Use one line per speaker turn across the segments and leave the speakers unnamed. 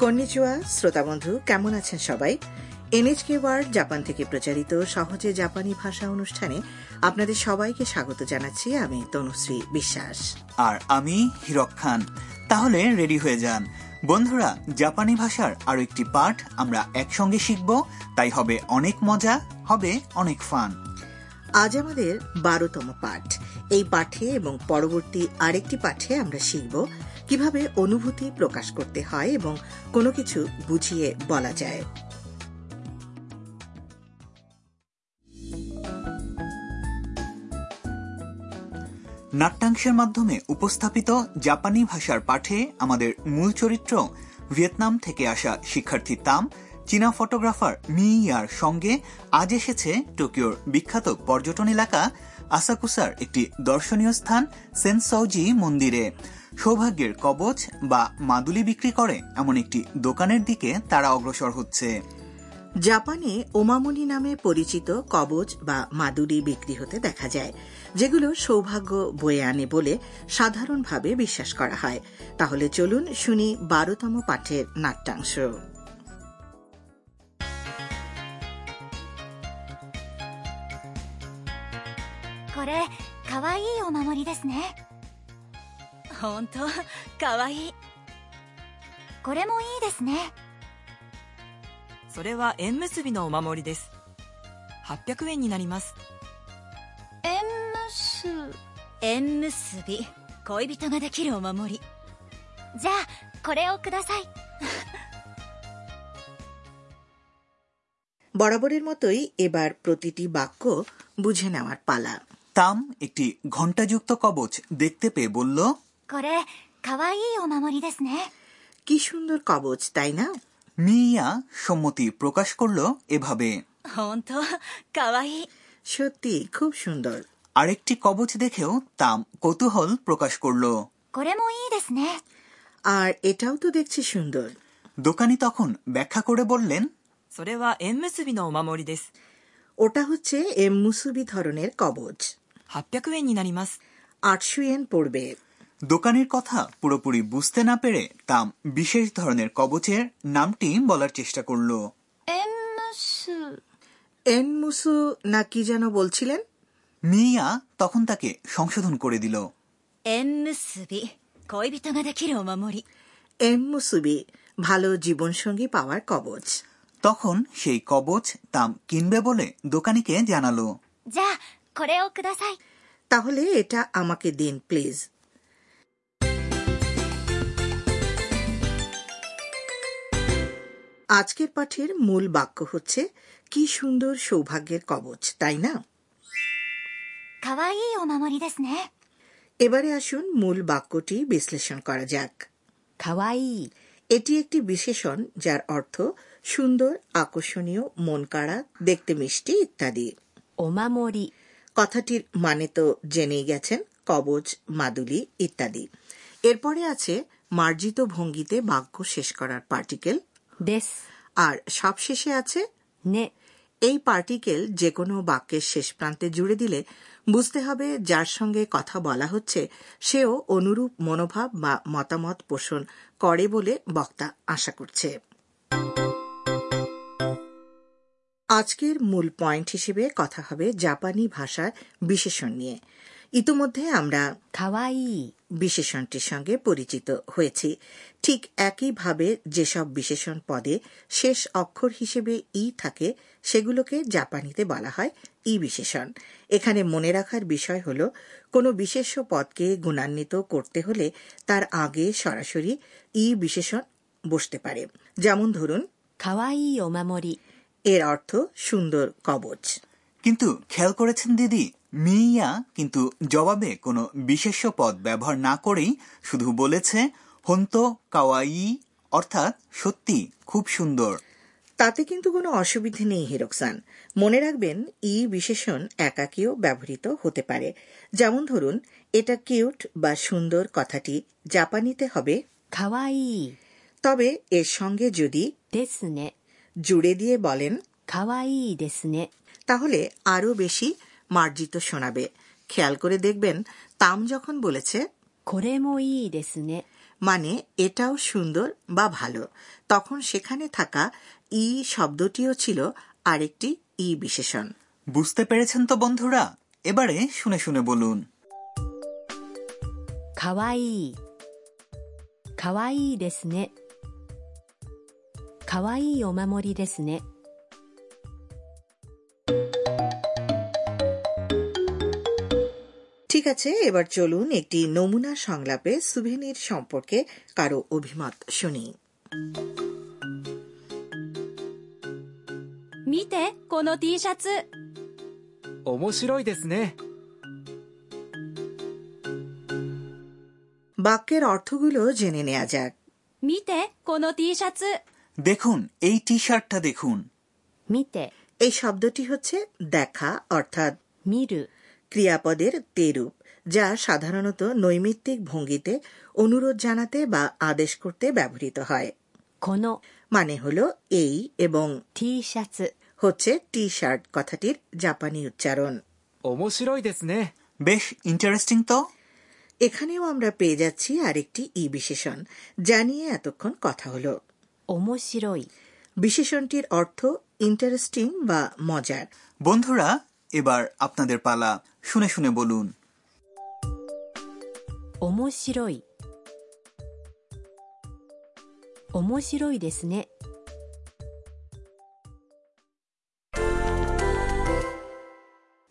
কন্নিচুয়া শ্রোতা বন্ধু কেমন আছেন সবাই এনএচকে ওয়ার্ল্ড জাপান থেকে প্রচারিত সহজে জাপানি ভাষা অনুষ্ঠানে আপনাদের সবাইকে স্বাগত জানাচ্ছি আমি তনুশ্রী বিশ্বাস
আর আমি হিরক খান তাহলে রেডি হয়ে যান বন্ধুরা জাপানি ভাষার আরো একটি পাঠ আমরা একসঙ্গে শিখব তাই হবে অনেক মজা হবে অনেক ফান
আজ আমাদের বারোতম পাঠ এই পাঠে এবং পরবর্তী আরেকটি পাঠে আমরা শিখব কিভাবে অনুভূতি প্রকাশ করতে হয় এবং কোনো কিছু বুঝিয়ে বলা যায়
'নাট্যাংশের মাধ্যমে উপস্থাপিত জাপানি ভাষার পাঠে আমাদের মূল চরিত্র ভিয়েতনাম থেকে আসা শিক্ষার্থী তাম চীনা ফটোগ্রাফার মি ইয়ার সঙ্গে আজ এসেছে টোকিওর বিখ্যাত পর্যটন এলাকা আসাকুসার একটি দর্শনীয় স্থান সেনসৌজি মন্দিরে সৌভাগ্যের কবচ বা মাদুলি বিক্রি করে এমন একটি দোকানের দিকে তারা অগ্রসর হচ্ছে
জাপানে ওমামনি নামে পরিচিত কবচ বা মাদুরি বিক্রি হতে দেখা যায় যেগুলো সৌভাগ্য বয়ে আনে বলে সাধারণভাবে বিশ্বাস করা হয় তাহলে চলুন শুনি বারোতম পাঠের নাট্যাংশ
これかわいいお守りですね本当かわいいこれもいいですね
それは縁結びのお守りです800円になります
縁結縁結び恋人ができるお守りじゃあこれをください
বরাবরের মতোই এবার প্রতিটি বাক্য বুঝে নেওয়ার পালা
তাম একটি ঘণ্টাযুক্ত কবচ দেখতে পেয়ে বলল
これかわいいお守りですね
কি সুন্দর কবচ তাই না
মিয়া সম্মতি প্রকাশ করলো এভাবে
本当かわいい
সত্যি খুব সুন্দর
আরেকটি কবচ দেখেও তাম কৌতূহল প্রকাশ করলো
これもいいですね
আর এটাও তো দেখছি সুন্দর
দোকানি তখন ব্যাখ্যা করে বললেন
それは縁結びのお守りです
ওটা হচ্ছে এম মুসুবি ধরনের কবচ
800円になります
আটশো ইয়েন পড়বে
দোকানের কথা পুরোপুরি বুঝতে না পেরে তাম বিশেষ ধরনের কবচের নামটি বলার চেষ্টা করলো
縁結
এন মুসু না কি যেন বলছিলেন
মিয়া তখন তাকে সংশোধন করে দিল
縁結び恋人ができるお守り
এম মুসুবি ভালো জীবনসঙ্গী পাওয়ার কবচ
তখন সেই কবচ তাম কিনবে বলে দোকানিকে জানালো
じゃあこれをください
তাহলে এটা আমাকে দিন প্লিজ আজকের পাঠের মূল বাক্য হচ্ছে কি সুন্দর সৌভাগ্যের কবচ তাই না
かわいいお守りですね
এবারে আসুন মূল বাক্যটি বিশ্লেষণ করা যাক
かわいい
এটি একটি বিশেষণ যার অর্থ সুন্দর আকর্ষণীয় মন কাড়া দেখতে মিষ্টি ইত্যাদি
お守り
কথাটির মানে তো জেনেই গেছেন কবচ মাদুলি ইত্যাদি এরপরে আছে মার্জিত ভঙ্গিতে বাক্য শেষ করার পার্টিকেল
です。
আর সবশেষে আছে
ね。
এই পার্টিকেল যে কোনো বাক্যের শেষ প্রান্তে জুড়ে দিলে বুঝতে হবে যার সঙ্গে কথা বলা হচ্ছে সেও অনুরূপ মনোভাব বা মতামত পোষণ করে বলে বক্তা আশা করছে আজকের মূল পয়েন্ট হিসেবে কথা হবে জাপানি ভাষার বিশেষণ নিয়ে ইতোমধ্যে আমরা
かわいい。
বিশেষণটির সঙ্গে পরিচিত হয়েছি ঠিক একইভাবে যেসব বিশেষণ পদে শেষ অক্ষর হিসেবে ই থাকে সেগুলোকে জাপানিতে বলা হয় ই বিশেষণ এখানে মনে রাখার বিষয় হল কোনো বিশেষ্য পদকে গুণান্বিত করতে হলে তার আগে সরাসরি ই বিশেষণ বসতে পারে যেমন ধরুন
かわいいお守り。
এর অর্থ সুন্দর কবচ
কিন্তু খেয়াল করেছেন দিদি মিয়া কিন্তু জবাবে কোনো বিশেষ্য পদ ব্যবহার না করেই শুধু বলেছে হন্ত কাওয়াই অর্থাৎ সত্যি খুব সুন্দর
তাতে কিন্তু কোনো অসুবিধে নেই হিরোকসান মনে রাখবেন ই বিশেষণ একাকীও ব্যবহৃত হতে পারে যেমন ধরুন এটা কিউট বা সুন্দর কথাটি জাপানিতে হবে
かわいい。
তবে এর সঙ্গে যদি
ですね。
জুড়ে দিয়ে বলেন
かわいいですね。
তাহলে আরও বেশি মার্জিত শোনাবে খেয়াল করে দেখবেন তাম যখন বলেছে
これもいいですね。
মানে এটাও সুন্দর বা ভালো তখন সেখানে থাকা ই শব্দটিও ছিল আরেকটি ই বিশেষণ
বুঝতে পেরেছেন তো বন্ধুরা এবারে শুনে শুনে বলুন
かわいいかわいいですねかわいいお守りですね
ঠিক আছে এবার চলুন একটি নমুনা সংলাপে সুভেনির সম্পর্কে কারো অভিমত শুনি
見てこの T シャツ
面白いですね。
বাক্যের অর্থগুলো জেনে নেওয়া যাক
見てこの T シャツ
দেখুন এই টি শার্টটা দেখুন
見て
এই শব্দটি হচ্ছে দেখা অর্থাৎ
見る
ক্রিয়াপদের তেরূপ যা সাধারণত নৈমিত্তিক ভঙ্গিতে অনুরোধ জানাতে বা আদেশ করতে ব্যবহৃত হয়
この
মানে হল এই এবং
T シャツ
হচ্ছে টি শার্ট কথাটির জাপানি উচ্চারণ
面白いですね。
বেশ ইন্টারেস্টিং তো
এখানেও আমরা পেয়ে যাচ্ছি আরেকটি ই বিশেষণ যা নিয়ে এতক্ষণ কথা হলো
面白い
বিশেষণটির অর্থ ইন্টারেস্টিং বা মজার
বন্ধুরা এবার আপনাদের পালা শুনে শুনে বলুন
面白い面白いですね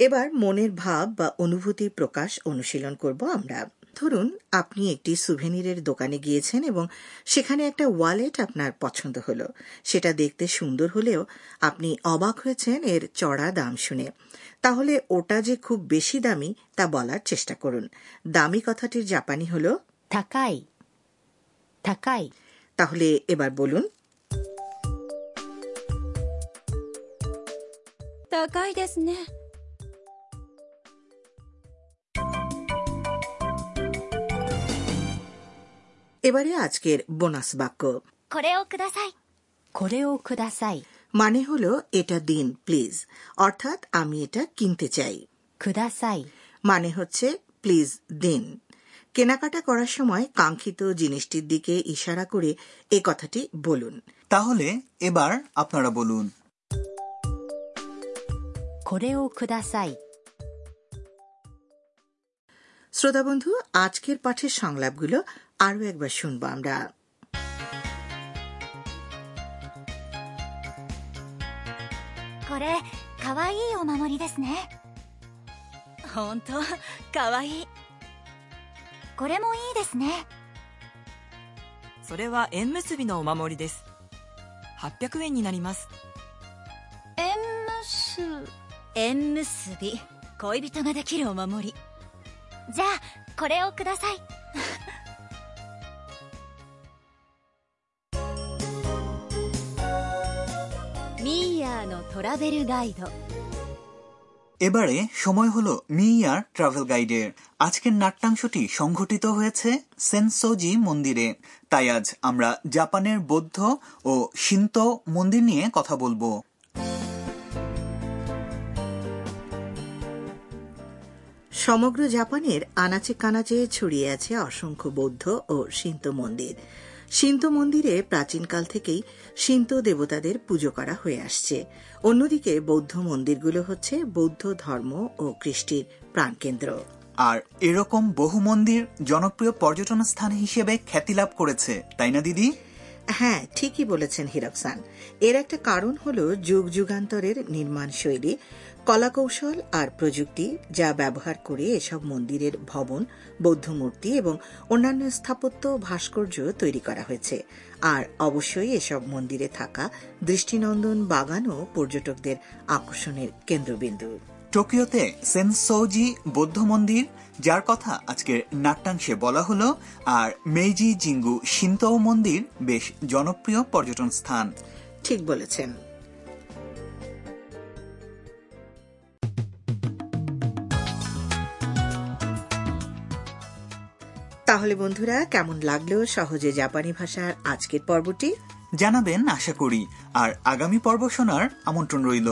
এবার মনের ভাব বা অনুভূতি প্রকাশ অনুশীলন করব আমরা ধরুন আপনি একটি সুভেনিরের দোকানে গিয়েছেন এবং সেখানে একটা ওয়ালেট আপনার পছন্দ হলো সেটা দেখতে সুন্দর হলেও আপনি অবাক হয়েছেন এর চড়া দাম শুনে তাহলে ওটা যে খুব বেশি দামি তা বলার চেষ্টা করুন দামি কথাটির জাপানি হলো
高い高い
তাহলে এবার বলুন
高いですね
এবারে আজকের বোনাস বাক্য
これをください
これをください
মানে হলো এটা দিন প্লিজ অর্থাৎ আমি এটা কিনতে চাই
ください
মানে হচ্ছে প্লিজ দিন কেনাকাটা করার সময় কাঙ্ক্ষিত জিনিসটির দিকে ইশারা করে এ কথাটি বলুন
তাহলে এবার আপনারা বলুন
これをください
শ্রোতা বন্ধু আজকের পাঠের সংলাপগুলো আরও একবার শুনবো আমরা
これかわいいお守りですねほんとかわいいこれもいいですね
それは縁結びのお守りです800円になります
縁結縁結び恋人ができるお守りじゃあこれをください ミーヤーのトラベルガイド
এবারে সময় হলো মিয়ার ট্রাভেল গাইডের আজকের নাট্যাংশটি সংঘটিত হয়েছে সেনসোজি মন্দিরে তাই আজ আমরা জাপানের বৌদ্ধ ও শিন্তো মন্দির নিয়ে কথা বলবো
সমগ্র জাপানের আনাচে কানাচে ছড়িয়ে আছে অসংখ্য বৌদ্ধ ও সিন্ত মন্দির সিন্ত মন্দিরে প্রাচীনকাল থেকেই সিন্ত দেবতাদের পুজো করা হয়ে আসছে অন্যদিকে বৌদ্ধ মন্দিরগুলো হচ্ছে বৌদ্ধ ধর্ম ও কৃষ্টির প্রাণকেন্দ্র
আর এরকম বহু মন্দির জনপ্রিয় পর্যটন স্থান হিসেবে খ্যাতি লাভ করেছে তাই না দিদি
হ্যাঁ ঠিকই বলেছেন হিরকসান এর একটা কারণ হলো যুগ যুগান্তরের নির্মাণ শৈলী কলাকৌশল আর প্রযুক্তি যা ব্যবহার করে এসব মন্দিরের ভবন বৌদ্ধ মূর্তি এবং অন্যান্য স্থাপত্য ভাস্কর্য তৈরি করা হয়েছে আর অবশ্যই এসব মন্দিরে থাকা দৃষ্টিনন্দন বাগানও পর্যটকদের আকর্ষণের কেন্দ্রবিন্দু
টোকিওতে সেনসৌজি বৌদ্ধ মন্দির যার কথা আজকের নাট্যাংশে বলা হলো আর মেইজি জিঙ্গু শিন্তো মন্দির বেশ জনপ্রিয় পর্যটন স্থান
ঠিক বলেছেন তাহলে বন্ধুরা কেমন লাগলো সহজে জাপানি ভাষার আজকের পর্বটি
জানাবেন আশা করি আর আগামী পর্ব শোনার আমন্ত্রণ রইল